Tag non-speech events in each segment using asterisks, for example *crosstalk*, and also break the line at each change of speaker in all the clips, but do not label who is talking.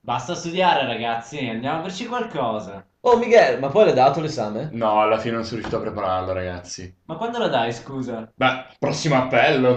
Basta studiare, ragazzi, andiamo a farci qualcosa.
Oh, Miguel, ma poi l'hai dato l'esame?
No, alla fine non sono riuscito a prepararlo, ragazzi.
Ma quando la dai, scusa?
Beh, prossimo appello.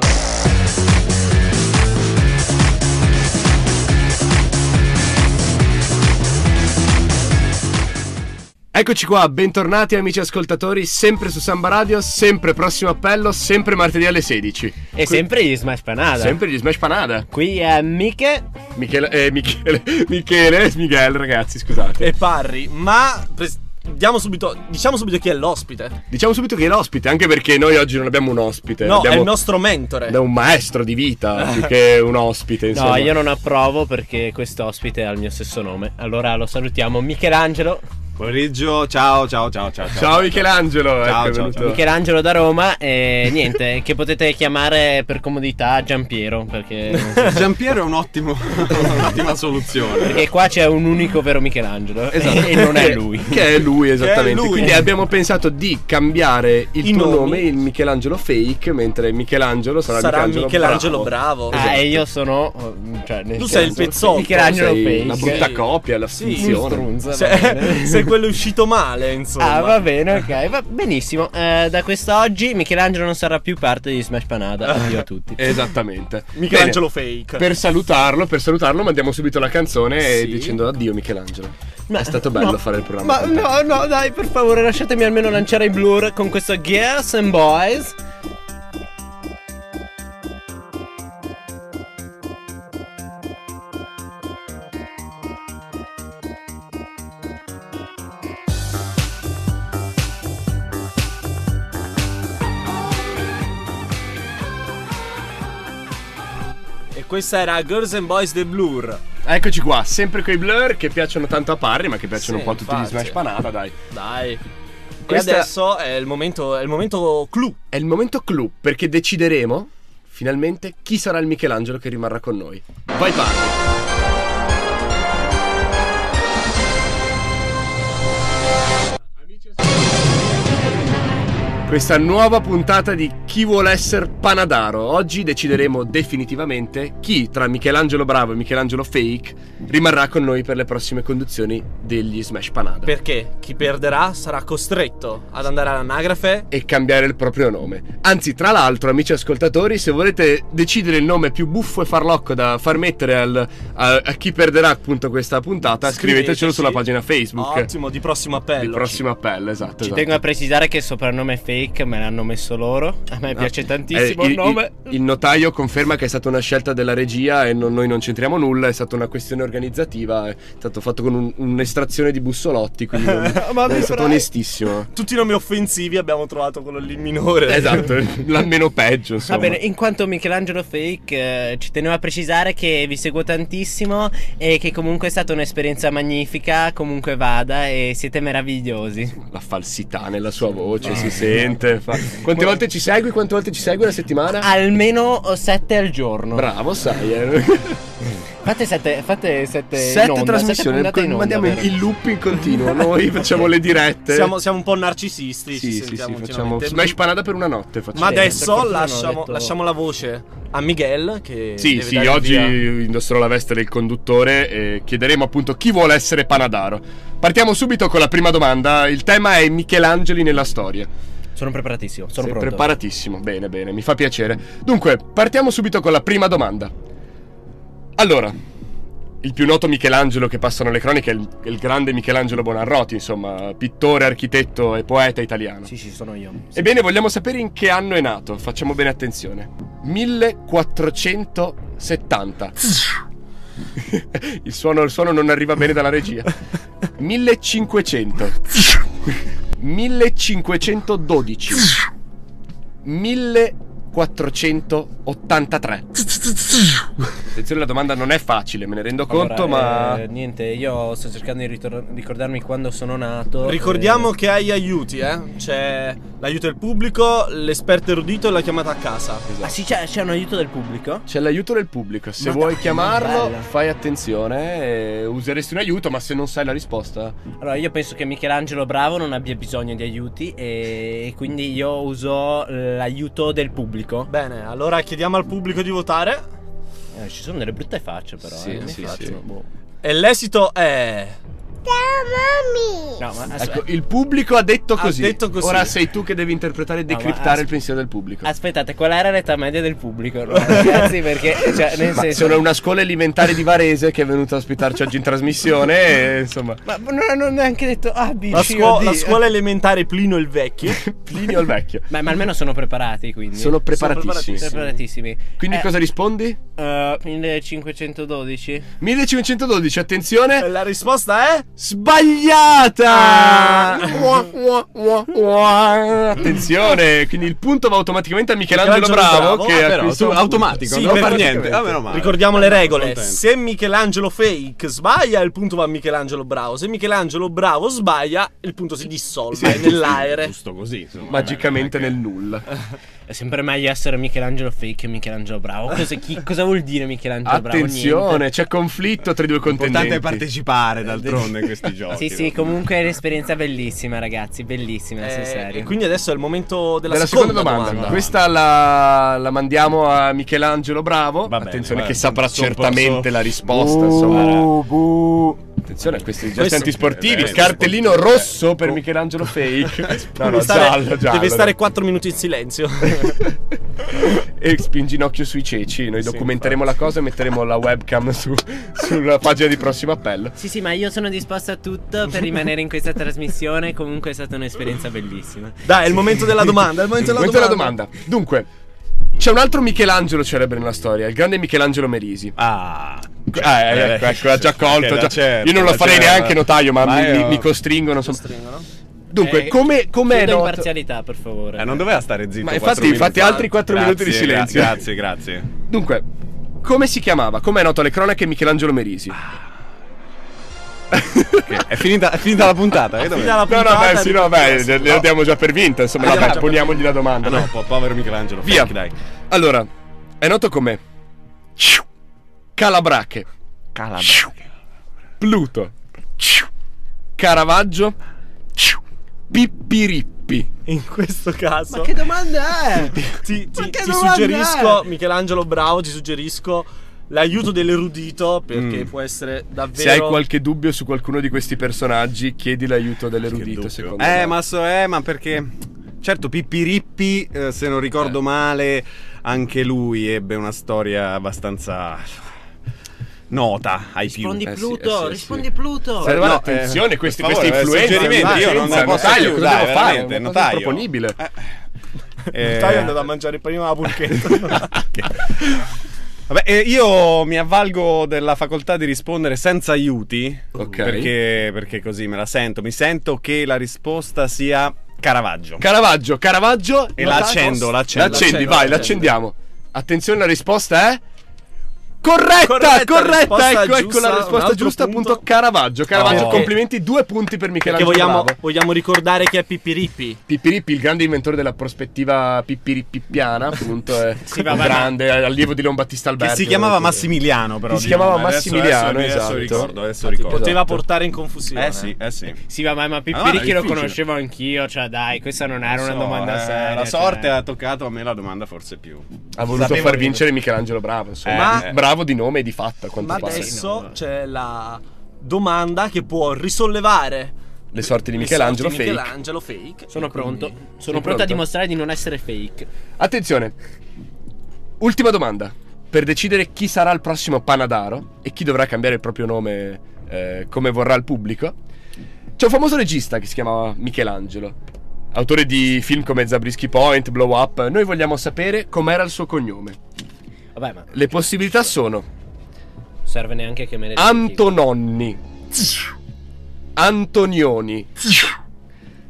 Eccoci qua, bentornati amici ascoltatori, sempre su Samba Radio, sempre prossimo appello, sempre martedì alle 16.
E sempre gli Smash Panada.
Sempre gli Smash Panada.
Qui è Miche.
Michele, eh, Michele, *laughs* Michele, e Miguel, ragazzi, scusate.
E Parri, ma pres- diamo subito, diciamo subito chi è l'ospite.
Diciamo subito che è l'ospite, anche perché noi oggi non abbiamo un ospite.
no,
Eh, abbiamo
è il nostro mentore.
abbiamo un maestro di vita più che un ospite, insomma.
No, io non approvo perché quest'ospite ha il mio stesso nome. Allora lo salutiamo, Michelangelo.
Pomeriggio, ciao, ciao, ciao, ciao.
Ciao Michelangelo,
Ciao,
ecco, è
ciao,
venuto.
ciao.
Michelangelo da Roma e
*laughs*
niente, che potete chiamare per comodità Giampiero perché, non
Esatto.
so-
Giampiero è un
*laughs*
ottimo, un'ottima soluzione.
perché qua c'è un unico vero Michelangelo
Esatto.
*laughs*
*laughs*
e non è lui.
Che è lui, esattamente.
lui.
Quindi abbiamo pensato di cambiare il
I
tuo
nomi.
nome in Michelangelo Fake, mentre Michelangelo sarà,
Sarà Michelangelo Bravo.
Esatto.
Ah, e io sono cioè, nel
Tu sei il
senso,
pezzotto.
Michelangelo
Sei
Fake.
una brutta Cioè,
Sì.
copia, la
Sì.
finzione.
Strunza, va
Se,
*laughs*
bene.
*laughs* se quello è uscito male, insomma.
Ah, va bene, ok, va benissimo. Eh, da quest'oggi Michelangelo non sarà più parte di Smash Panada. Addio a tutti.
Esattamente.
Michelangelo Fake.
Bene, Per salutarlo, per salutarlo, mandiamo subito la canzone e
Sì.
dicendo addio Michelangelo.
Ma-
È stato bello
no,
fare il programma.
Ma
con te.
no, no, dai, per favore, lasciatemi almeno lanciare i blur con questo Girls and Boys.
Esatto.
E questa era Girls and Boys The Blur.
Eccoci qua, sempre quei blur che piacciono tanto a Parri, ma che piacciono un
Sì,
po' a tutti gli
infatti.
Smash Panada, dai.
Dai.
Questa-
E adesso è il momento, è il momento clou.
È il momento clou perché decideremo finalmente chi sarà il Michelangelo che rimarrà con noi. Vai Parri. Questa nuova puntata di Chi vuole essere Panadaro. Oggi decideremo definitivamente chi tra Michelangelo Bravo e Michelangelo Fake rimarrà con noi per le prossime conduzioni degli Smash Panada.
Perché chi perderà sarà costretto ad andare all'anagrafe.
e cambiare il proprio nome. Anzi, tra l'altro, amici ascoltatori, se volete decidere il nome più buffo e farlocco da far mettere al- a, a chi perderà appunto questa puntata, scrivetecelo
Scriveteci.
sulla pagina Facebook.
Ottimo, di prossimo appello.
Di prossimo appello, esatto.
Ci
esatto.
tengo a precisare che il soprannome fake me l'hanno messo loro. A me
No.
piace tantissimo
Eh,
il nome.
il- il notaio conferma che è stata una scelta della regia e non- noi non c'entriamo nulla, è stata una questione organizzativa, è stato fatto con un- un'estrazione di bussolotti,
*laughs*
quindi non-
Ma
è
mi
stato
farai-
onestissimo.
Tutti i nomi offensivi abbiamo trovato quello lì minore. *laughs*
Esatto, la meno peggio.
Va
Insomma.
bene, in quanto Michelangelo Fake eh, ci tenevo a precisare che vi seguo tantissimo e che comunque è stata un'esperienza magnifica, comunque vada e siete meravigliosi.
la falsità nella sua voce si
Ah. *laughs*
sente. fa- Quante volte ci segui? Quante volte ci segui la settimana?
Ah.
Almeno 7 al giorno.
Bravo, sai. Eh.
Fate 7 fate sette in
Sette
onda, sette
trasmissioni,
puntate in onda,
mandiamo
vero?
il loop in continuo. Noi facciamo le dirette.
Siamo, siamo un po' narcisisti.
sì,
ci
sì, sì,
sentiamo
facciamo
ultimamente.
smash panada per una notte. Facciamo.
Ma
Sì, per
adesso
fortuna non ho
lasciamo,
detto-
lasciamo la voce a Miguel. Che
Sì,
deve
sì,
dare il
oggi
via.
indosserò la veste del conduttore e chiederemo appunto chi vuole essere Panadaro. Partiamo subito con la prima domanda. Il tema è Michelangeli nella storia.
Sono preparatissimo, sono
Sei
pronto.
preparatissimo, bene, bene, mi fa piacere. Dunque, partiamo subito con la prima domanda. Allora, il più noto Michelangelo che passano le cronache è il, è il grande Michelangelo Bonarroti, insomma, pittore, architetto e poeta italiano.
Sì, sì, sono io.
Ebbene, vogliamo sapere in che anno è nato, facciamo bene attenzione. 1470. *laughs* Il suono, il suono non arriva bene dalla regia. 1500. 1512. 1483. Attenzione, la domanda non è facile, me ne rendo conto,
Allora,
ma...
eh, niente, io sto cercando di ritor- ricordarmi quando sono nato.
Ricordiamo
eh,
che hai aiuti, eh. C'è l'aiuto del pubblico, l'esperto erudito e la chiamata a casa.
Ah, sì, c'è, c'è un aiuto del pubblico.
C'è l'aiuto del pubblico, se
Ma
vuoi
dai,
chiamarlo
bella.
fai attenzione, eh, useresti un aiuto, ma se non sai la risposta...
Allora, io penso che Michelangelo Bravo non abbia bisogno di aiuti e, e quindi io uso l'aiuto del pubblico.
Bene, allora chiediamo al pubblico di votare.
Eh, ci sono delle brutte facce, però.
Sì,
eh, non mi
sì,
faccio,
sì.
boh.
E l'esito è...
No, ma aspe-
Ecco, il pubblico ha detto
Ha
così.
detto così.
Ora sei tu che devi interpretare e
No, ma
decriptare
as-
il pensiero del pubblico.
aspettate, qual era l'età media del pubblico? allora, *laughs* ragazzi, perché cioè, nel
Ma
senso
sono una scuola elementare di Varese che è venuta a ospitarci oggi in trasmissione. E, insomma,
Ma non hanno neanche detto A, B,
La,
C,
scuo-
o D.
la scuola elementare Plino il *laughs* Vecchio.
Plinio il vecchio.
Ma, ma almeno sono preparati, quindi.
Sono preparatissimi.
Sono preparatissimi.
Quindi
Eh,
cosa rispondi?
eh, 1512.
1512, attenzione.
Eh.
E la risposta è...
Sbagliata!
Ah.
Attenzione, quindi il punto va automaticamente a Michelangelo,
Michelangelo
Bravo,
Bravo,
che
ah,
ha
però,
acquistato
tu-
un-
automatico,
Sì,
non
per-
per niente. Ah, meno male.
Ricordiamo le regole.
Contento.
Se Michelangelo Fake sbaglia, il punto va a Michelangelo Bravo. Se Michelangelo Bravo sbaglia, il punto si dissolve
Sì, giusto-
nell'aere.
Giusto così, insomma.
Magicamente nel nulla.
È sempre meglio essere Michelangelo fake che Michelangelo bravo. Cosa, chi- cosa vuol dire Michelangelo bravo?
Attenzione, c'è conflitto tra i due
L'importante
contendenti.
è partecipare d'altronde a questi giochi.
Niente. Sì, sì,
no?
comunque è un'esperienza bellissima, ragazzi. Bellissima, sul
Eh,
serio.
e quindi adesso è il momento della,
Della seconda domanda.
*laughs*
Questa la, la mandiamo a Michelangelo Bravo.
Va bene,
Attenzione
guarda,
che saprà
sono
certamente
perso.
la risposta. insomma. Attenzione a questi gesti
Questo-
antisportivi.
Eh, beh,
Cartellino
sportivo,
rosso
eh.
per
Co-
Michelangelo Fake. No,
Deve
no,
stare,
giallo, giallo.
deve *laughs* stare 4 minuti in silenzio.
e spinginocchio sui ceci. Noi documenteremo la cosa e metteremo la webcam su- sulla pagina di prossimo appello.
Sì, sì, ma io sono disposto a tutto per rimanere in questa trasmissione. Comunque è stata un'esperienza bellissima.
Dai, è il momento della domanda. È il momento della
Momento della
domanda.
domanda. Dunque, c'è un altro Michelangelo celebre nella storia, il grande Michelangelo Merisi.
Ah,
Eh, eh, ecco, ecco, l'ha già
certo,
colto. già- Io non lo farei neanche notaio, ma, mi, mi- mi costringono. sono- Dunque,
Eh,
come, come è
Chiudo
noto...
imparzialità, per favore.
Eh, non doveva stare zitto.
Ma
quattro
infatti-
minuti
infatti
fa.
altri quattro
Grazie,
minuti di
gra-
silenzio.
Grazie, grazie.
Dunque, come si chiamava? Come è noto alle cronache Michelangelo Merisi?
Ah, Ok, È finita, è finita la puntata. eh, dov'è?
Fino alla
no, no,
puntata
beh, sì, no, beh, le- le abbiamo già per vinta. Insomma,
Abbiamo
vabbè,
già-
poniamogli la domanda.
Ah, no,
dai.
po- povero Michelangelo.
Via.
Frank, dai.
Allora, è noto come Calabrache, Pluto, Caravaggio, Pippirippi.
In questo caso.
Ma che domanda è?
*laughs* ti, ti-
Ma che
ti
domanda
suggerisco,
è?
Michelangelo Bravo, ti suggerisco l'aiuto dell'erudito perché può essere davvero.
Mm. Se hai
*laughs*
qualche dubbio su qualcuno di questi personaggi, chiedi l'aiuto dell'erudito, secondo me.
Eh, ma so, eh, ma perché. Certo, Pippirippi, eh, se non ricordo male, anche lui ebbe una storia abbastanza. nota ai
Rispondi
più.
Eh, sì,
Pluto,
eh, sì,
rispondi
sì.
Pluto.
Sai, guarda,
no,
attenzione,
eh,
questi,
per
queste
favore,
influenze.
suggerimenti, io non
influenza,
ne posso
notaio,
più,
cosa
dai,
devo fare?
veramente,
Una cosa
notaio.
improponibile. *laughs*
Eh,
Dai, è andato
*laughs*
a mangiare prima la *laughs* pulchetta.
Vabbè, eh, io mi avvalgo della facoltà di rispondere senza aiuti.
Ok.
Perché, perché così me la sento. Mi sento che la risposta sia Caravaggio.
Caravaggio, Caravaggio.
e la accendo, la accendo.
L'accendi,
L'accendi,
vai,
l'accendi.
l'accendiamo. Attenzione, la risposta è. Corretta, corretta,
Corretta, risposta
ecco, ecco
giusta,
la
un
risposta
altro
giusta,
punto.
appunto Caravaggio. Caravaggio,
Oh.
complimenti, due punti per
Perché
Michelangelo.
vogliamo,
Bravo.
vogliamo ricordare chi è Pippirippi.
Pippirippi, il grande inventore della prospettiva pippirippiana, appunto, è
Sì,
un
vabbè, ma-
grande eh, allievo di Leon Battista
Che
Alberti.
si chiamava
ovviamente.
Massimiliano, però.
Che si
di nome.
chiamava
Adesso-
Massimiliano,
adesso, adesso
esatto.
ricordo, adesso ricordo.
Poteva
Esatto.
portare in confusione.
Eh sì, eh sì.
Sì, vabbè, ma
Ah,
Pippericchi
difficile.
lo conoscevo anch'io. Cioè, dai, questa non era una
So,
domanda
eh,
seria.
La sorte
cioè.
ha toccato a me la domanda forse più.
Ha voluto
Sapevo
far
io.
vincere Michelangelo Bravo, insomma.
Ma-
Bravo di nome e di fatto, a quanto
Ma
pare.
adesso c'è la domanda che può risollevare
Le sorti di
le sorti
Michelangelo,
di
fake.
Michelangelo fake.
Sono pronto. Sono pronto,
pronto?
a dimostrare di non essere fake.
Attenzione, ultima domanda. Per decidere chi sarà il prossimo Panadaro e chi dovrà cambiare il proprio nome eh, come vorrà il pubblico, c'è un famoso regista che si chiamava Michelangelo, autore di film come Zabriskie Point, Blow Up. Noi vogliamo sapere com'era il suo cognome.
Vabbè, ma
Le possibilità sono
serve neanche che me ne
Antononni, Antonioni,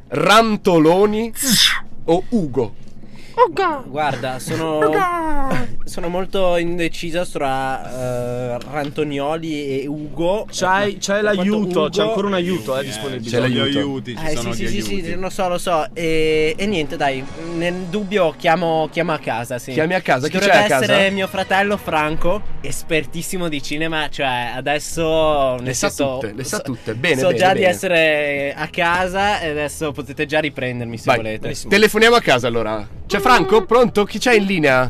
Rantoloni o Ugo. *laughs*
Guarda, sono. sono molto indeciso tra eh, Rantonioli e Ugo.
C'hai, c'hai
Da quanto
l'aiuto, c'è
Ugo-
ancora un aiuto eh,
Eh,
disponibile.
C'è l'aiuto.
Gli aiuti, ci
Eh
sono
sì, sì,
gli
sì,
aiuti.
sì, lo so, lo so. E, e niente, dai, nel dubbio chiamo, chiamo a casa, sì.
Chiami a casa,
Ci
chi c'è
dovrebbe
a casa?
essere mio fratello Franco, espertissimo di cinema, cioè adesso... nel
sa
senso,
tutte, le sa
so-
tutte. Bene,
So
bene,
già di
bene.
essere a casa e adesso potete già riprendermi se
Vai,
volete.
telefoniamo a casa allora. C'è Franco? Pronto? Chi c'è in linea?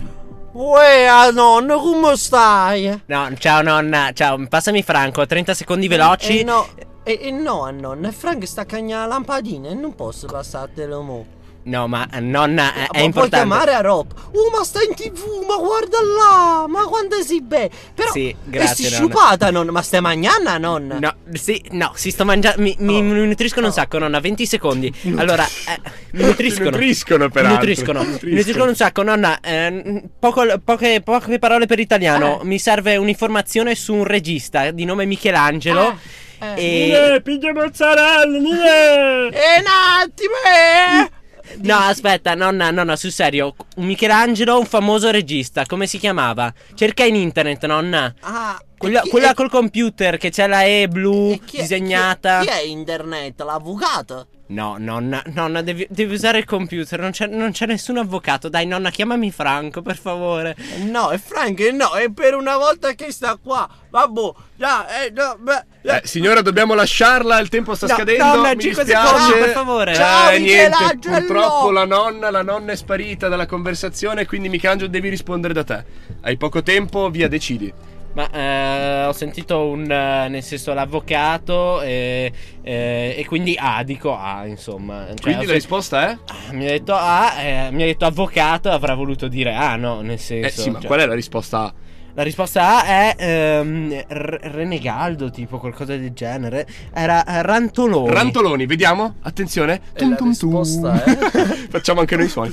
Uè, nonno, come stai?
No, ciao nonna, ciao, passami Franco, 30 secondi veloci.
Eh no, eh, eh, no, nonna, Frank sta cagna la lampadina e non posso passartelo mo.
No, ma eh, nonna, è, è
ma puoi
importante.
chiamare a Rob. Oh, ma sta in tv, ma guarda là, ma quanto si be. Però,
Sì,
E
grazie, nonna.
si sciupata, nonna, ma stai magnana, nonna?
No, sì, no, si sto mangiando. Mi, mi- mi nutriscono un sacco, nonna. 20 secondi. Allora, eh,
*laughs*
mi nutriscono.
Ti nutriscono,
mi
peraltro.
nutriscono.
Ti
Mi nutriscono un sacco, nonna. eh, poco- poche, poche parole per italiano.
Ah.
Mi serve un'informazione su un regista di nome Michelangelo.
Ah,
E...
piglia mozzarella, Nile!
Eh, un attimo, eh.
Mm. No, aspetta, nonna, nonna, sul serio. Un Michelangelo, un famoso regista. Come si chiamava? Cerca in internet, nonna.
Ah,
Quella,
e chi-
quella
e-
col computer che c'è la E blu
e chi è-
disegnata.
Chi, chi è internet? L'avvocato?
No, nonna, nonna, devi, devi usare il computer. Non c'è, non c'è nessun avvocato. Dai, nonna, chiamami Franco, per favore.
No, è Frank, no, è per una volta che sta qua. Vabbò, già, eh, no, beh, eh.
Eh, signora, dobbiamo lasciarla, il tempo sta
No,
scadendo.
nonna,
mi
cinque
dispiace.
secondi, per favore.
Ciao,
eh, niente,
Michelangelo!
purtroppo la nonna, la nonna è sparita dalla conversazione, quindi Michelangelo devi rispondere da te. Hai poco tempo, via, decidi.
Ma eh, ho sentito un. eh, nel senso, l'avvocato. E, eh, e quindi ah, dico ah, insomma. Cioè,
Quindi
ho
la
sen-
risposta è?
ah, mi ha detto ah, eh, mi ha detto avvocato. Avrà voluto dire ah, no, nel senso.
Eh sì, ma
cioè-
qual è la risposta A?
La risposta A è ehm, R- Renegaldo, tipo qualcosa del genere. Era eh, Rantoloni.
Rantoloni, vediamo? Attenzione.
E la risposta è?
eh.
*laughs* Facciamo anche noi i suoni.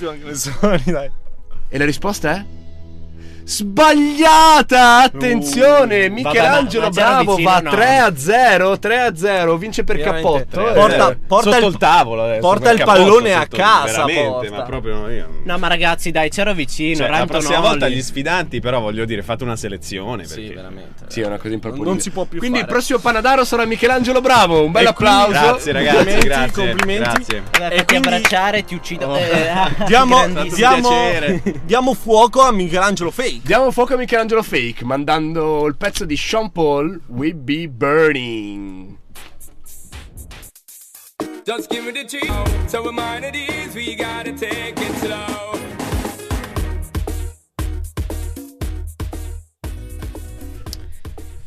dai.
E la risposta è? Sbagliata! Attenzione!
Uh,
Michelangelo
vabbè, ma- ma c'era
Bravo
vicino,
va
no.
3 a 0, 3 a 0, vince per cappotto. eh.
Porta- porta
Cioè, sotto
il-
il, tavolo adesso,
porta
per
il
capotto,
pallone a
sotto-
casa,
veramente,
porta.
ma proprio io-
No, ma ragazzi, dai, c'ero vicino.
Cioè, la
Rantoloni.
prossima volta gli sfidanti, però voglio dire, fate una selezione. Perché...
Sì, veramente.
Sì, è una cosa improponibile.
Non si può più
Quindi
fare.
il prossimo Panadaro sarà Michelangelo Bravo. Un bel
E qui-
applauso.
Grazie ragazzi,
Complimenti,
grazie.
complimenti.
grazie.
Allora,
E
fatti
quindi-
abbracciare, ti uccido. *laughs*
Oh.
Eh, ah,
Diamo,
grandissimo.
diamo,
piacere.
diamo fuoco a Michelangelo Fake.
Diamo fuoco a Michelangelo Fake mandando il pezzo di Sean Paul We Be Burning.
Just give me the cheat. So we're mind at ease, we gotta take it slow.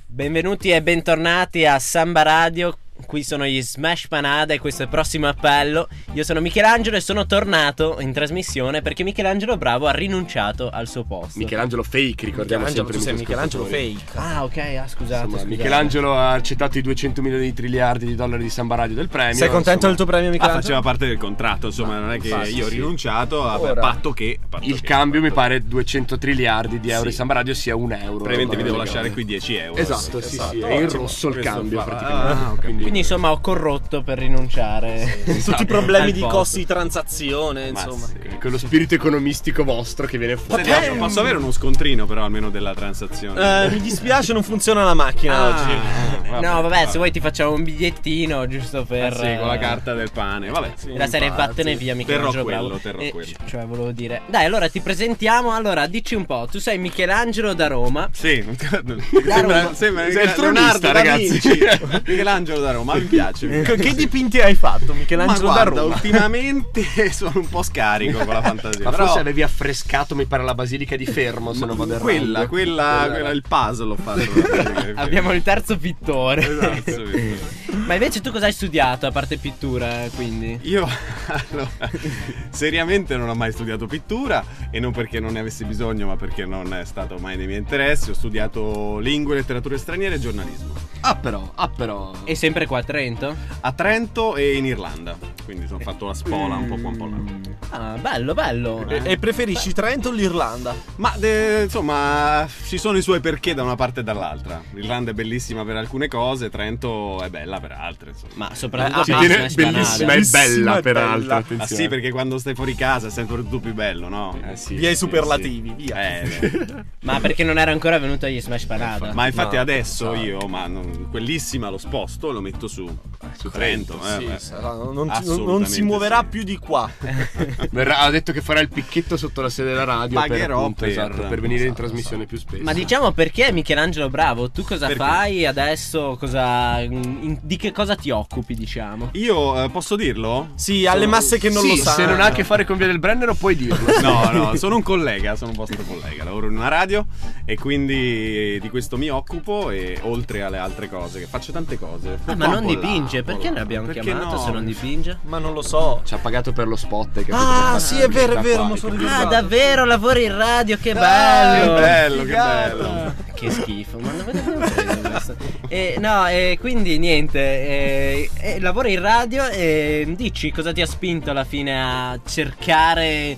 Benvenuti e bentornati a Samba Radio. Qui sono gli Smash Panada e questo è il prossimo appello. Io sono Michelangelo e sono tornato in trasmissione perché Michelangelo Bravo ha rinunciato al suo posto.
Michelangelo Fake, ricordiamo sempre. i nostri ascoltatori.
Fake.
ah, ok, ah, scusate.
Insomma,
scusate.
Michelangelo ha accettato i 200 milioni di triliardi di dollari di Samba Radio del premio.
Sei contento del tuo premio,
Ah,
Michelangelo?
faceva parte del contratto, insomma, non è che
Ah, sì,
io ho
sì.
rinunciato, a a
Ora.
patto che... patto
Il
che-
cambio mi
patto che-
pare 200 triliardi di euro
Sì.
di Samba Radio sia un euro.
Probabilmente vi devo
Roba
lasciare
del
qui 10 euro.
genere. Esatto, sì, sì,
esatto.
è in
Ottimo.
rosso il
Questo
cambio
fa-
praticamente.
ah, ok.
Quindi insomma ho corrotto per rinunciare.
Tutti i
Al
problemi di
posto.
costi di transazione,
Ma
insomma.
sì.
quello spirito economistico vostro che viene fuori. Eh.
Senti, Aldo, posso avere uno scontrino però almeno della transazione?
Eh, mi dispiace, non funziona la macchina
Ah.
oggi.
No, vabbè, se vuoi ti facciamo un bigliettino giusto per.
Eh sì, con la
eh,
carta del pane, vabbè.
La serie vattene via Michelangelo
Terrò quello,
Bravo.
terrò quello.
c- Cioè volevo dire Dai allora ti presentiamo Allora dici un po' Tu sei Michelangelo da Roma
Sì, *laughs*
Roma.
sembra, sembra
Sei il
Leonardo
tronista,
da
ragazzi.
Vinci. Michelangelo da Roma, mi
*laughs*
piace. mi piace.
Che- Che dipinti hai fatto,
Ma
Michelangelo da
guarda,
Roma?
ultimamente *laughs* sono un po' scarico con la fantasia.
Ma
però
forse avevi affrescato, mi pare, la basilica di Fermo, se non vado errando.
quella, quella, quella,
era.
il puzzle ho fatto.
*laughs* Abbiamo il terzo pittore
Esatto, sì.
*laughs* Ma invece tu cosa hai studiato A parte pittura eh, quindi
Io allora, seriamente non ho mai studiato pittura e non perché non ne avessi bisogno, ma perché non è stato mai dei miei interessi. Ho studiato lingue, letterature straniere e giornalismo
Ah però, ah però.
E sempre qua a Trento
a Trento e in Irlanda. Quindi sono fatto la spola un po' qua un po' là.
Ah bello bello
E-
eh.
E preferisci Trento o l'Irlanda?
Ma de- insomma, ci sono i suoi perché da una parte e dall'altra. L'Irlanda è bellissima per alcune cose, Trento è bella per altre. Insomma.
Ma soprattutto per
Ah,
Ci
ah,
il
tiene
Smash
bellissima,
Panada.
è
Bellissima
bella
e
peraltro.
bella.
Ah
Attenzione.
sì, perché quando stai fuori casa è sempre tutto più bello, no?
Eh, sì,
Via i
sì,
superlativi, via. *laughs*
Eh, beh.
Ma perché non era ancora venuto agli Smash Panada
Ma infatti
No.
adesso io, ma non- quellissima lo sposto, lo metto su Su Trento, eh,
Sì,
beh.
sarà- non, ti- non- non
Assolutamente
si muoverà
sì.
più di qua.
Verrà- ha detto che farà il picchetto sotto la sede della radio per,
Pagherò
appunto,
per-
esatto, per venire in
esatto,
trasmissione
esatto.
più spesso.
Ma diciamo perché Michelangelo Bravo? Tu cosa
Perché?
fai adesso? Cosa, mm, in- di che cosa ti occupi, diciamo?
Io eh, posso dirlo?
Sì, alle masse che non
Sì,
lo sanno.
se non ha a che fare con Via del Brennero puoi dirlo.
*laughs* No, no, sono un collega, sono un vostro collega, lavoro in una radio e quindi di questo mi occupo e oltre alle altre cose, che faccio tante cose.
Ah, ma non
Popola,
dipinge, perché
popola.
ne abbiamo
Perché
chiamato
no?
se non dipinge?
Ma non lo so.
Ci ha pagato per lo spot. hai capito?
Ah,
Per fare
sì, è vero, è
pubblicità
vero,
qua,
non
hai
sono
capito?
Ah,
Esatto.
davvero, lavori in radio,
Eh,
che
Che
bello!
bello, che
figata.
bello.
Che schifo, ma dove l'abbiamo preso questo? *laughs* Eh, no, eh, quindi niente, eh, eh, lavori in radio e dici cosa ti ha spinto alla fine a cercare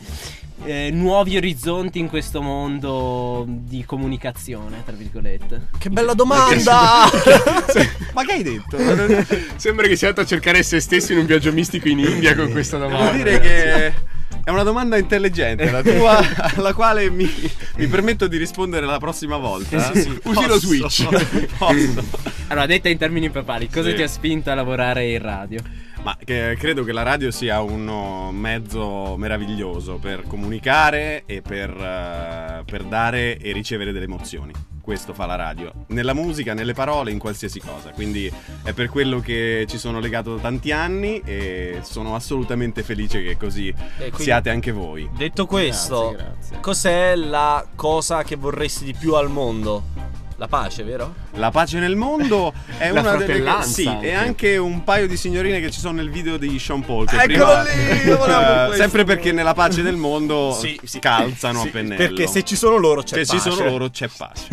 eh, nuovi orizzonti in questo mondo di comunicazione, tra virgolette.
Che bella domanda! *laughs*
*laughs* Ma che hai *laughs* detto?
*laughs* Sembra che sia andato a cercare se stesso in un viaggio mistico in India con questa domanda.
Devo dire che è una domanda intelligente, la tua, alla quale mi, mi permetto di rispondere la prossima volta.
Usi lo
Posso?
switch.
Posso.
Allora, detta in termini papali, cosa
Sì.
ti ha spinto a lavorare in radio?
Ma che- credo che la radio sia un mezzo meraviglioso per comunicare e per, eh, per dare e ricevere delle emozioni. Questo fa la radio, nella musica, nelle parole, in qualsiasi cosa. Quindi è per quello che ci sono legato da tanti anni e sono assolutamente felice che così siate anche voi.
Detto questo,
Grazie, grazie.
cos'è la cosa che vorresti di più al mondo? La pace, vero?
La pace nel mondo
*laughs*
è
La
una delle
fratellanza
Sì,
anche.
e anche un paio di signorine che ci sono nel video di Sean Paul. Che
Eccolo
prima,
lì, io volevo
Eh,
questo.
sempre perché nella pace nel mondo
*laughs* Sì, sì.
si calzano
Sì,
a pennello.
Perché se ci sono loro c'è
Se ci
pace.
sono loro c'è pace.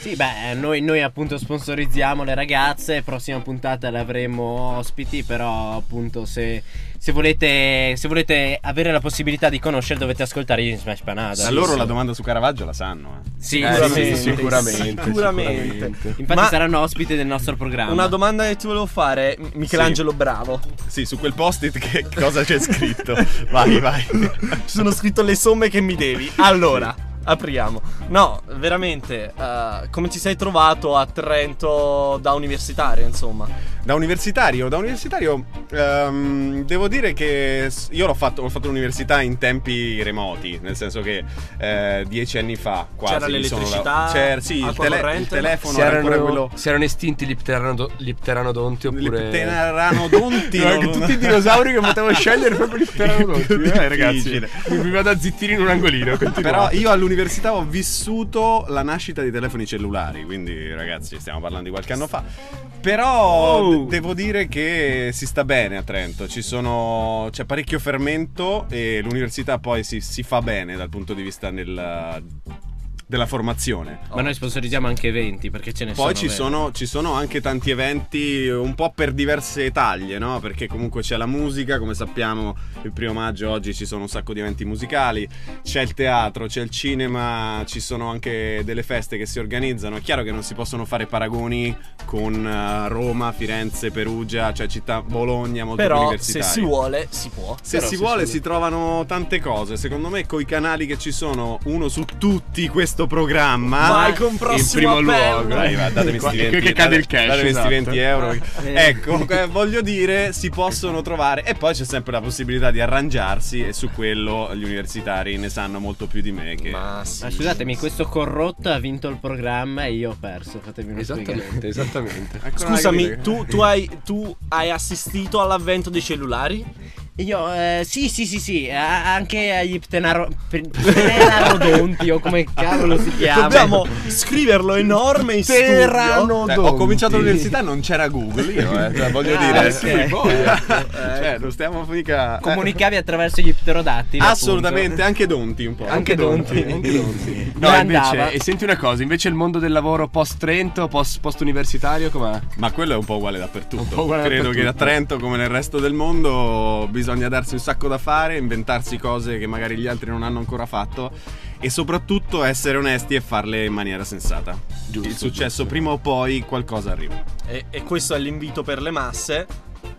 Sì, beh, noi, noi appunto sponsorizziamo le ragazze, prossima puntata le avremo ospiti, però appunto se, se volete, se volete avere la possibilità di conoscere dovete ascoltare gli Smash Panada.
Da loro la domanda su Caravaggio la sanno. eh.
Sì,
Eh,
sì,
sì,
sì,
sì,
sì.
sicuramente.
Sicuramente.
Infatti
Ma-
saranno ospiti del nostro programma.
Una domanda che ti volevo fare, M- Michelangelo Bravo.
Sì, su quel post-it che *laughs* cosa c'è scritto. Vai, vai.
Ci sono scritto le somme che mi devi. Allora, apriamo. No, veramente, eh, come ti sei trovato a Trento da universitario, insomma?
Da universitario, da universitario ehm, devo dire che s- io l'ho fatto, ho fatto l'università in tempi remoti, nel senso che eh, dieci anni fa quasi
C'era
mi sono
l'elettricità,
c'era, sì, il,
acqua
tele-
corrente.
il telefono
Si
era ancora
erano,
quello
si erano estinti gli, pteranodo- gli pteranodonti oppure...
Gli pteranodonti,
No,
no,
che
non-
tutti i dinosauri che
*laughs*
potevo scegliere proprio gli pteranodonti.
Più
Eh, ragazzi,
difficile.
mi, mi vado a zittire in un angolino. continuate.
Però io all'università ho vissuto la nascita dei telefoni cellulari, quindi ragazzi stiamo parlando di qualche anno fa. Però
Oh.
de- devo dire che si sta bene a Trento, Ci sono- c'è parecchio fermento e l'università poi si, si fa bene dal punto di vista del- della formazione.
Ma noi sponsorizziamo anche eventi perché ce ne sono.
Poi ci
vero?
sono, ci sono anche tanti eventi un po' per diverse taglie, no? Perché comunque c'è la musica, come sappiamo il primo maggio oggi ci sono un sacco di eventi musicali, c'è il teatro, c'è il cinema, ci sono anche delle feste che si organizzano. È chiaro che non si possono fare paragoni con eh, Roma, Firenze, Perugia, cioè città Bologna, molto più
Però se
universitarie.
si vuole, si può.
Se
Però
si vuole
vuole.
si trovano tante cose, secondo me coi canali che ci sono, uno su tutti questo programma
Vai con
in
prossimo
primo
appello.
luogo.
Dai, va, datemi
Qua-
sti 20
che- che cade il
date-
cash,
datemi
esatto.
sti 20 euro.
Eh.
Ecco, eh, voglio dire, si possono trovare. E poi c'è sempre la possibilità di arrangiarsi, e su quello gli universitari ne sanno molto più di me. Che...
Ma sì.
Ma scusatemi, questo corrotto ha vinto il programma e io ho perso. Fatemi una spiegazione.
Esattamente, esattamente.
Ecco, non hai
Scusami,
capito?
tu, tu hai, tu hai assistito all'avvento dei cellulari?
Io, eh, sì, sì, sì, sì, a- anche agli ptenaro- pe- pteranodonti o come cavolo si
Ah,
chiama.
Dobbiamo scriverlo enorme in studio.
Cioè, ho cominciato l'università, non c'era Google. Io, eh, cioè, voglio
Ah,
dire,
ok.
*laughs* sì, poi, eh, cioè, non stiamo mica. eh,
Comunicavi attraverso gli pterodattili.
Assolutamente, anche Donti un po'.
Anche Donti.
Anche Donti.
No,
Non andava.
invece, eh, e senti una cosa, invece il mondo del lavoro post Trento, post, universitario, com'è?
Ma quello è un po' uguale dappertutto.
Un po' uguale
Credo che a
dappertutto.
Trento, come nel resto del mondo, bisogna darsi un sacco da fare, inventarsi cose che magari gli altri non hanno ancora fatto e soprattutto essere onesti e farle in maniera sensata.
Giusto,
Il successo
giusto.
prima o poi qualcosa arriva.
E, e questo è l'invito per le masse.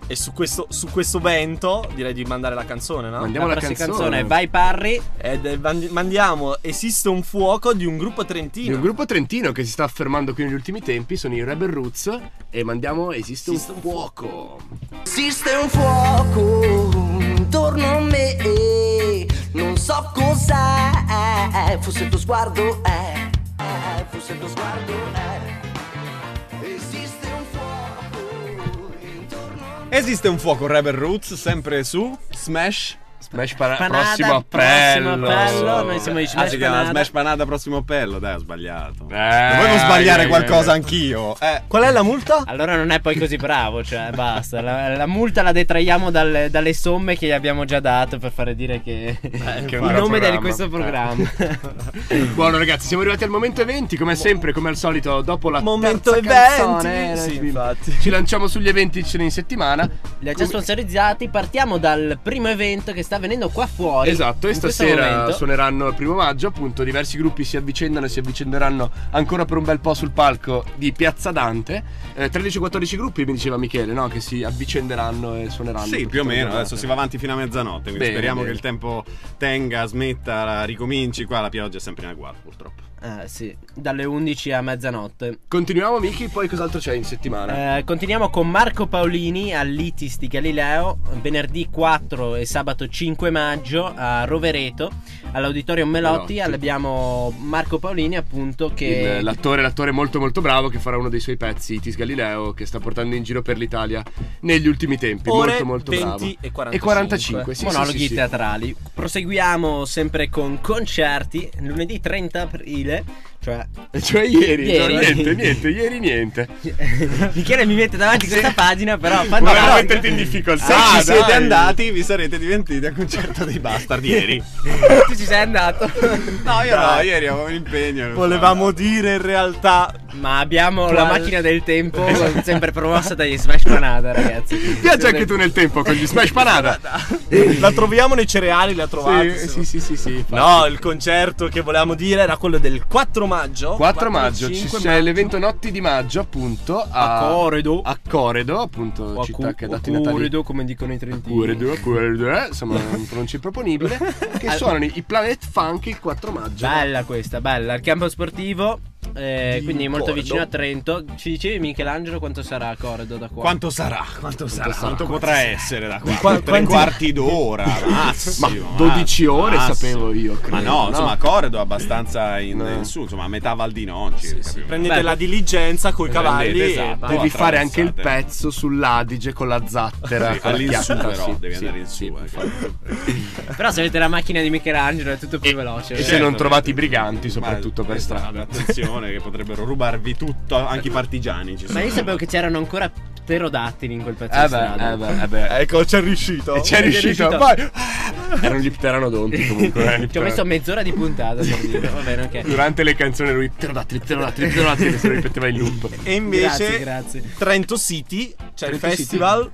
E su questo, su questo vento direi di mandare la canzone, no?
Mandiamo la,
prossima
canzone.
canzone, vai Parri.
Ed eh, mandi- mandiamo Esiste un fuoco di un gruppo
Il
trentino.
gruppo trentino che si sta affermando qui negli ultimi tempi sono i Rebel Roots e mandiamo Esiste un
Esiste un
fuoco.
Esiste un fuoco intorno a me, non so cos'è, forse il tuo sguardo è, forse il tuo sguardo è. Esiste un fuoco intorno a me.
Esiste un fuoco Rebel Roots, sempre su Smash.
Smash para-
Panada,
prossimo appello.
prossimo appello, noi siamo
*laughs*
i
Ah,
Smash
si chiama
Panada.
Smash Panada, prossimo appello. Dai, ho sbagliato.
Eh,
Dovevo sbagliare
eh,
qualcosa
eh.
anch'io. Eh.
Qual è la multa?
Allora non è poi così bravo, cioè basta. La, la multa la detraiamo dalle, dalle somme che gli abbiamo già dato per fare dire che,
Eh, che
il *laughs*
non era
nome di
programma. Eh.
questo programma.
*laughs* Buono ragazzi, siamo arrivati al momento eventi, come sempre, come al solito, dopo la
Momento
terza canzone,
eventi.
noi
Sì,
ci-
infatti.
Ci lanciamo sugli eventi che ci sono in settimana.
Li ha già
Come-
sponsorizzati, partiamo dal primo evento che sta venendo qua fuori.
Esatto, e
in questo
stasera
momento.
suoneranno il primo maggio, appunto diversi gruppi si avvicendano e si avvicenderanno ancora per un bel po' sul palco di Piazza Dante. Eh, 13-14 gruppi, mi diceva Michele, no? Che si avvicenderanno e suoneranno.
Sì,
per
più
tutta
o
la
meno.
giornata.
Adesso si va avanti fino a mezzanotte. Quindi
Bene,
speriamo
bene.
che il tempo tenga, smetta, ricominci. Qua la pioggia è sempre in agguato, purtroppo.
Ah, sì, dalle 11 a mezzanotte.
Continuiamo Miki, poi cos'altro c'è in settimana?
Eh, continuiamo con Marco Paolini all'Itis di Galileo venerdì 4 e sabato 5 maggio a Rovereto all'Auditorium Melotti,
Melotti.
abbiamo Marco Paolini appunto che
Il- l'attore, l'attore molto molto bravo che farà uno dei suoi pezzi, Itis Galileo, che sta portando in giro per l'Italia negli ultimi tempi.
Ore
molto molto
20
bravo. *laughs* E
e 45.
45, sì,
monologhi
sì, sì, sì.
teatrali. Proseguiamo sempre con concerti lunedì 30 aprile, cioè *laughs*
Cioè ieri,
Ieri.
cioè, niente, niente, ieri niente.
Michele mi mette davanti questa pagina, però Ah,
Volevamo
fantastica.
metterti in difficoltà. Ah,
Se ci
dai.
siete andati, vi sarete divertiti al concerto dei
*laughs*
Bastard ieri.
*laughs* tu ci sei andato.
No, io no, ieri avevo un impegno. non
Volevamo dire in realtà
Ma abbiamo la
Qual-
macchina del tempo sempre promossa dagli Smash Panada, ragazzi.
Viaggia Esatto. anche tu nel tempo con gli Smash Panada.
La troviamo nei cereali, la trovate. se-
Sì, sì, sì, sì, sì.
No, il concerto che volevamo dire era quello del 4 maggio.
4 maggio ci
5
c'è l'evento Notti di Maggio, appunto, a,
A Coredo.
A Coredo, appunto,
O a
Ah, città
cu-
che ha
o
dato i natali.
Curedo, come dicono i trentini.
Coredo, Coredo, eh, insomma, un pronuncio improponibile.
*laughs*
che suonano i Planet Funk il 4 maggio.
Bella questa, bella. Il campo sportivo, eh,
Di
quindi molto
Coredo.
vicino a Trento. Ci dicevi Michelangelo quanto sarà a Coredo da qua?
Quanto sarà? Quanto sarà?
sarà?
Quanto
Quanto
potrà essere da qua?
Qua-
Tre
quanti-
quarti d'ora, massimo.
*laughs* Ma 12
massimo,
ore
massimo.
sapevo io, credo,
Ma no,
no?
insomma, Coredo è abbastanza in,
No.
in su, insomma, a metà Val di Non circa, più o meno.
Prendete
Beh,
la diligenza coi
prendete,
cavalli. e-
esatto.
vai.
Devi fare anche il
attraversate.
pezzo sull'Adige con la zattera.
Sì,
con la
All'insù
chiatta,
però,
sì,
devi
sì,
andare in su.
sì,
eh,
infatti.
Però se avete la macchina di Michelangelo è tutto
Eh,
più veloce. eh.
e se
Certo,
non trovate i
certo.
briganti,
Ma-
soprattutto per
esatto,
strada.
Attenzione, che potrebbero rubarvi tutto, anche i partigiani. Ci
Ma
sono.
io sapevo che c'erano ancora pterodattili in quel pezzo
Eh beh,
di strada.
eh beh, eh beh.
Ecco, c'è riuscito.
E c'è riuscito.
riuscito.
Vai. *laughs* Erano gli
*laughs*
pteranodonti comunque. erano gli
Ci ho messo
pteranodonti.
mezz'ora di puntata per dire. Va bene, ok.
Durante le canzoni lui pterodattili, pterodattili, pterodattili, se lo ripeteva in loop.
E invece
Grazie, grazie.
Trento City c'è
Trento
il
City.
festival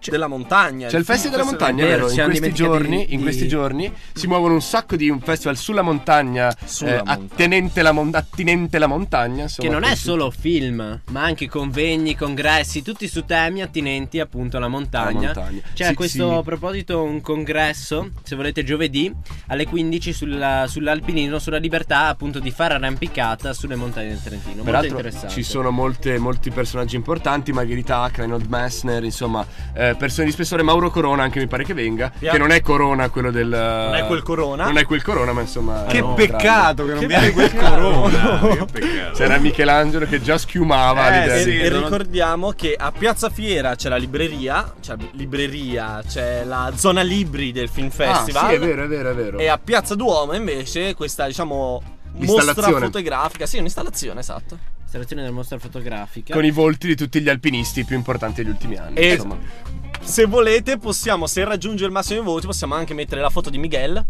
della montagna.
C'è il Festival della Montagna,
vero,
vero?
ci
In
siamo
questi,
dimenticati
giorni,
di-
in questi giorni si muovono un sacco di un festival sulla montagna, Eh,
Sulla montagna.
attenente la mon- attinente la montagna.
Che
insomma,
non è
questi-
solo film, ma anche convegni, congressi, tutti su temi attinenti appunto alla montagna.
Alla montagna.
C'è
Sì,
a questo
sì.
proposito un congresso, se volete giovedì, alle 15 sulla- sull'alpinismo, sulla libertà appunto di fare arrampicata sulle montagne del Trentino. Molto
Peraltro
interessante.
ci sono molte- molti personaggi importanti, Margherita Hack, Reinhold Messner, insomma, eh, persone di spessore, Mauro Corona anche mi pare che venga,
Via.
che non è Corona quello del...
Non è quel corona.
Non è quel Corona, ma insomma...
Che
è un
peccato che non viene quel corona. Che peccato.
grande. C'era Michelangelo che già schiumava
Eh,
l'idea.
E,
sì.
e
non-
ricordiamo che a Piazza Fiera c'è la libreria, c'è la libreria, c'è la zona libri del film festival.
Ah, sì, è vero, è vero, è vero.
E a Piazza Duomo invece questa diciamo mostra
L'installazione.
fotografica, sì, un'installazione, esatto.
Installazione della mostra fotografica.
Con i volti di tutti gli alpinisti più importanti degli ultimi anni.
E-
Insomma.
Se volete possiamo, se raggiunge il massimo di voti, possiamo anche mettere la foto di Miguel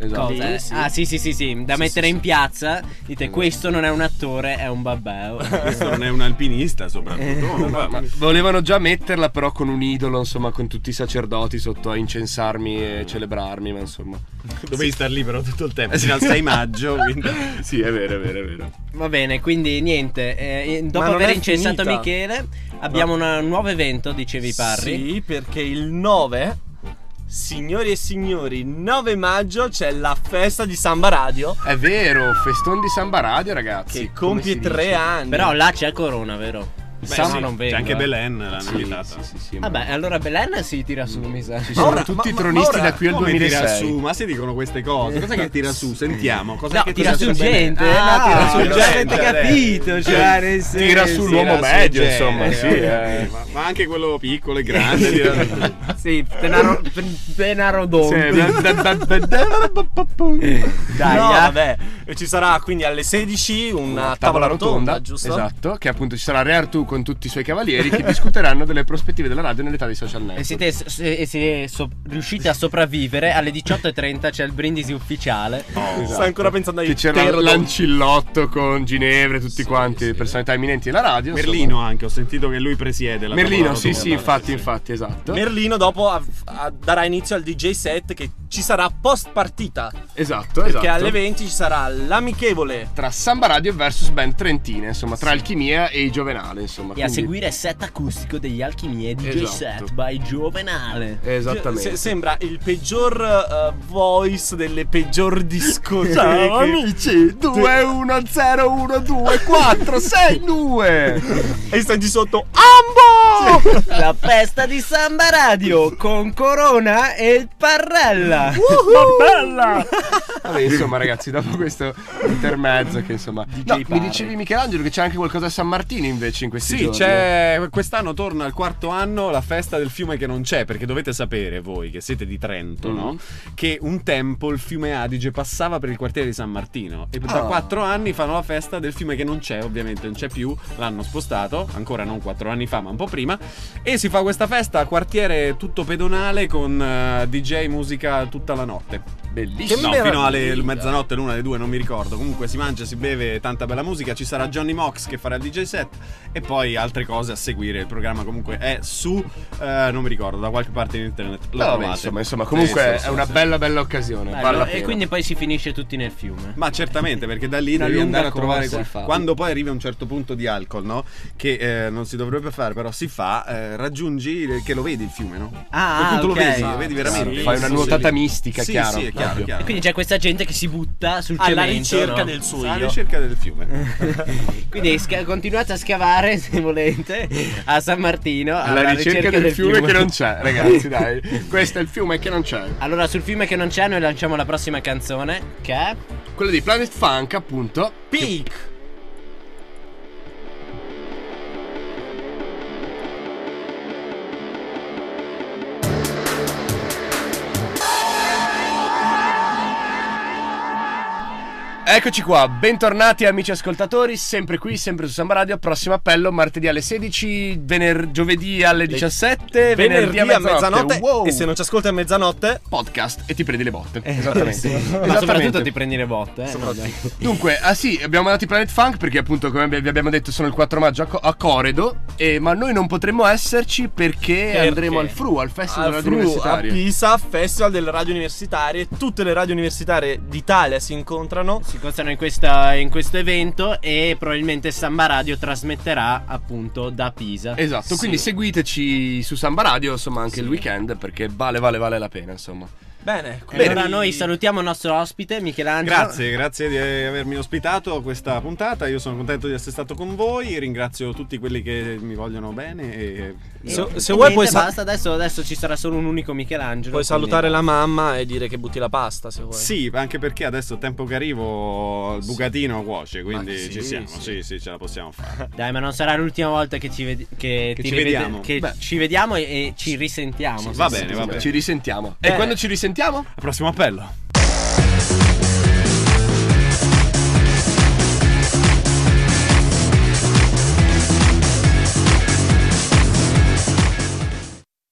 Esatto.
Cosa? Ah, sì, sì, sì, sì. Da mettere in piazza. Dite, questo non è un attore, è un babbeo.
*laughs* Questo non è un alpinista, soprattutto.
Eh, Ma volevano già metterla però con un idolo, insomma, con tutti i sacerdoti sotto a incensarmi e celebrarmi, ma insomma.
Dovevi star libero tutto il tempo, fino al
*laughs*
6 maggio. Quindi...
Eh, Sì, è vero, è vero, è vero.
Va bene, quindi niente. eh, dopo
Ma non
aver
è
incensato
finita.
Michele, abbiamo una- un nuovo evento, dicevi Parri.
Sì, perché il 9, signori e signori, 9 maggio c'è la festa di Samba Radio
È vero, Feston di Samba Radio, ragazzi.
che
come
compie
si
3
dice?
anni.
Però là c'è Corona, vero? Samba
sì,
non vengo.
C'è anche
eh.
Belen, l'hanno
Sì,
invitata.
sì, sì, sì, ma-
Vabbè, allora Belen si tira su, mi sa.
Ci sono
ora- ma-
tutti
ma-
i
ma
tronisti
ora
da qui al
Come tira
2006.
su? Ma si dicono queste cose. Cosa che tira su? Sentiamo. Cosa
No,
che
tira su
Belen?
gente. eh,
Ah,
no,
*laughs*
tira su
allora,
gente.
gente,
Avete capito? Cioè, nel senso.
Tira su l'uomo
Tira su
medio,
gente,
insomma, sì.
vabbè,
eh.
cioè, ma, ma anche quello piccolo e
*laughs*
grande. tira su.
Sì, Tenaro, tenaro Don. Dai,
no,
eh.
vabbè, e ci sarà quindi alle 16 una, tavola, rotonda, giusto?
Esatto, che appunto ci sarà Re Artù con tutti i suoi cavalieri che discuteranno delle prospettive della radio nell'età dei social network.
E siete, se- se so- riuscite a sopravvivere, alle 18.30 c'è il brindisi ufficiale.
Sto ancora pensando ai
Che c'era
pterodon-
l'ancillotto con Ginevra e tutti quanti, personalità eminenti della radio. insomma.
Merlino anche, ho sentito che lui presiede la
Merlino,
tavola
sì,
rotonda.
sì, infatti, infatti, esatto.
Merlino dopo a- a- darà inizio al DJ set che ci sarà post partita.
esatto,
Perché
esatto.
alle 20 ci sarà l'amichevole.
Tra Samba Radio versus Band Trentina, insomma, tra Alchimia e il Giovenale, insomma.
E a
quindi-
seguire set acustico degli alchimie DJ
Esatto.
set by Giovenale.
Esattamente.
Se- sembra il peggior eh, voice delle peggior
*laughs*
discoteche.
Ciao amici, 2101246
E stai di sotto Ambo!
La festa di Samba Radio con Corona e Parrella.
Bella! Vabbè, insomma ragazzi, dopo questo intermezzo che insomma... No, mi dicevi Michelangelo che c'è anche qualcosa a San Martino invece in questi
Sì,
giorni. eh.
c'è. Quest'anno torna al quarto anno la festa del fiume che non c'è, perché dovete sapere voi che siete di Trento, no?
Mm.
Che un tempo il fiume Adige passava per il quartiere di San Martino e da
Ah.
quattro anni fanno la festa del fiume che non c'è, ovviamente non c'è più, l'hanno spostato, ancora non quattro anni fa, ma un po' prima, e si fa questa festa a quartiere tutto pedonale con eh, DJ musica tutta la notte.
Bellissimo.
No, fino alle mezzanotte, l'una alle due, non mi ricordo. Comunque si mangia, si beve tanta bella musica. Ci sarà Johnny Mox che farà il DJ set e poi altre cose a seguire. Il programma comunque è su, eh, non mi ricordo, da qualche parte in internet. Lo
No, Ah, vabbè,
trovate.
insomma, insomma,
Sì,
comunque
sì, sì,
è una
sì.
bella bella occasione.
Bello,
vale la
e
pena.
quindi poi si finisce tutti nel fiume.
Ma certamente, perché da lì
Una
devi
lunga
andare a trovare
corsa.
quel- Quando poi arrivi a un certo punto di alcol, no? Che eh, non si dovrebbe fare, però si fa, eh, raggiungi che lo vedi il fiume, no?
Ah,
A quel punto
ok.
lo vedi, lo vedi veramente.
Fai una
Sì,
nuotata
sì.
mistica,
sì,
chiaro.
Sì, è chiaro,
Ovvio.
chiaro.
Quindi c'è questa gente che si butta sul
Alla
cemento.
ricerca
no?
del suo
Alla
io.
ricerca del fiume.
*laughs* Quindi sca- continuate a scavare *laughs* se volete a San Martino.
Alla, ricerca, del, fiume, che non c'è, ragazzi,
*laughs*
dai. Questo è il fiume che non c'è.
*laughs* Allora, sul fiume che non c'è, noi lanciamo la prossima canzone. Che è?
Quello di Planet Funk, appunto.
Peak!
Eccoci qua, bentornati amici ascoltatori, sempre qui, sempre su Samba Radio, prossimo appello martedì alle 16, vener- giovedì alle 17, venerdì,
Venerdì a mezzanotte.
wow,
E se non Eh, ci ascolti a mezzanotte,
podcast e ti prendi le botte. Esattamente.
Ma
Esattamente.
soprattutto ti prendi le botte. Eh? No, dai.
Dunque, ah sì, abbiamo mandato i Planet Funk perché appunto come vi abbiamo detto sono il 4 maggio a, Co- a Coredo, e- ma noi non potremmo esserci perché, andremo al FRU, al Festival
a
Radio
Fru, a
Eh Universitario.
Pisa, Festival delle Radio Universitarie, tutte le radio universitarie d'Italia si incontrano.
Si incontrano in, questa- in questo evento e probabilmente Samba Radio trasmetterà appunto da Pisa.
Esatto, quindi seguiteci su Samba Radio, insomma anche il weekend perché vale vale vale la pena, insomma.
Bene,
E allora
quindi-
noi salutiamo il nostro ospite Michelangelo.
Grazie, grazie di avermi ospitato a questa puntata. Io sono contento di essere stato con voi. Ringrazio tutti quelli che mi vogliono bene. E...
E-
Se-
e
se vuoi puoi
niente,
sa-
basta, adesso, adesso ci sarà solo un unico Michelangelo.
Puoi salutare la mamma e dire che butti la pasta se vuoi.
Sì, anche perché adesso tempo che arrivo il bucatino cuoce, quindi
sì,
ci siamo.
sì.
Sì. sì, ce la possiamo fare.
Dai, ma non sarà l'ultima volta che ci, ved- che
Che
ti
ci
rivede-
vediamo.
che
Beh.
ci vediamo e, e ci risentiamo.
Va bene, va bene.
Ci risentiamo. E
Eh.
quando ci risentiamo?
Prossimo appello.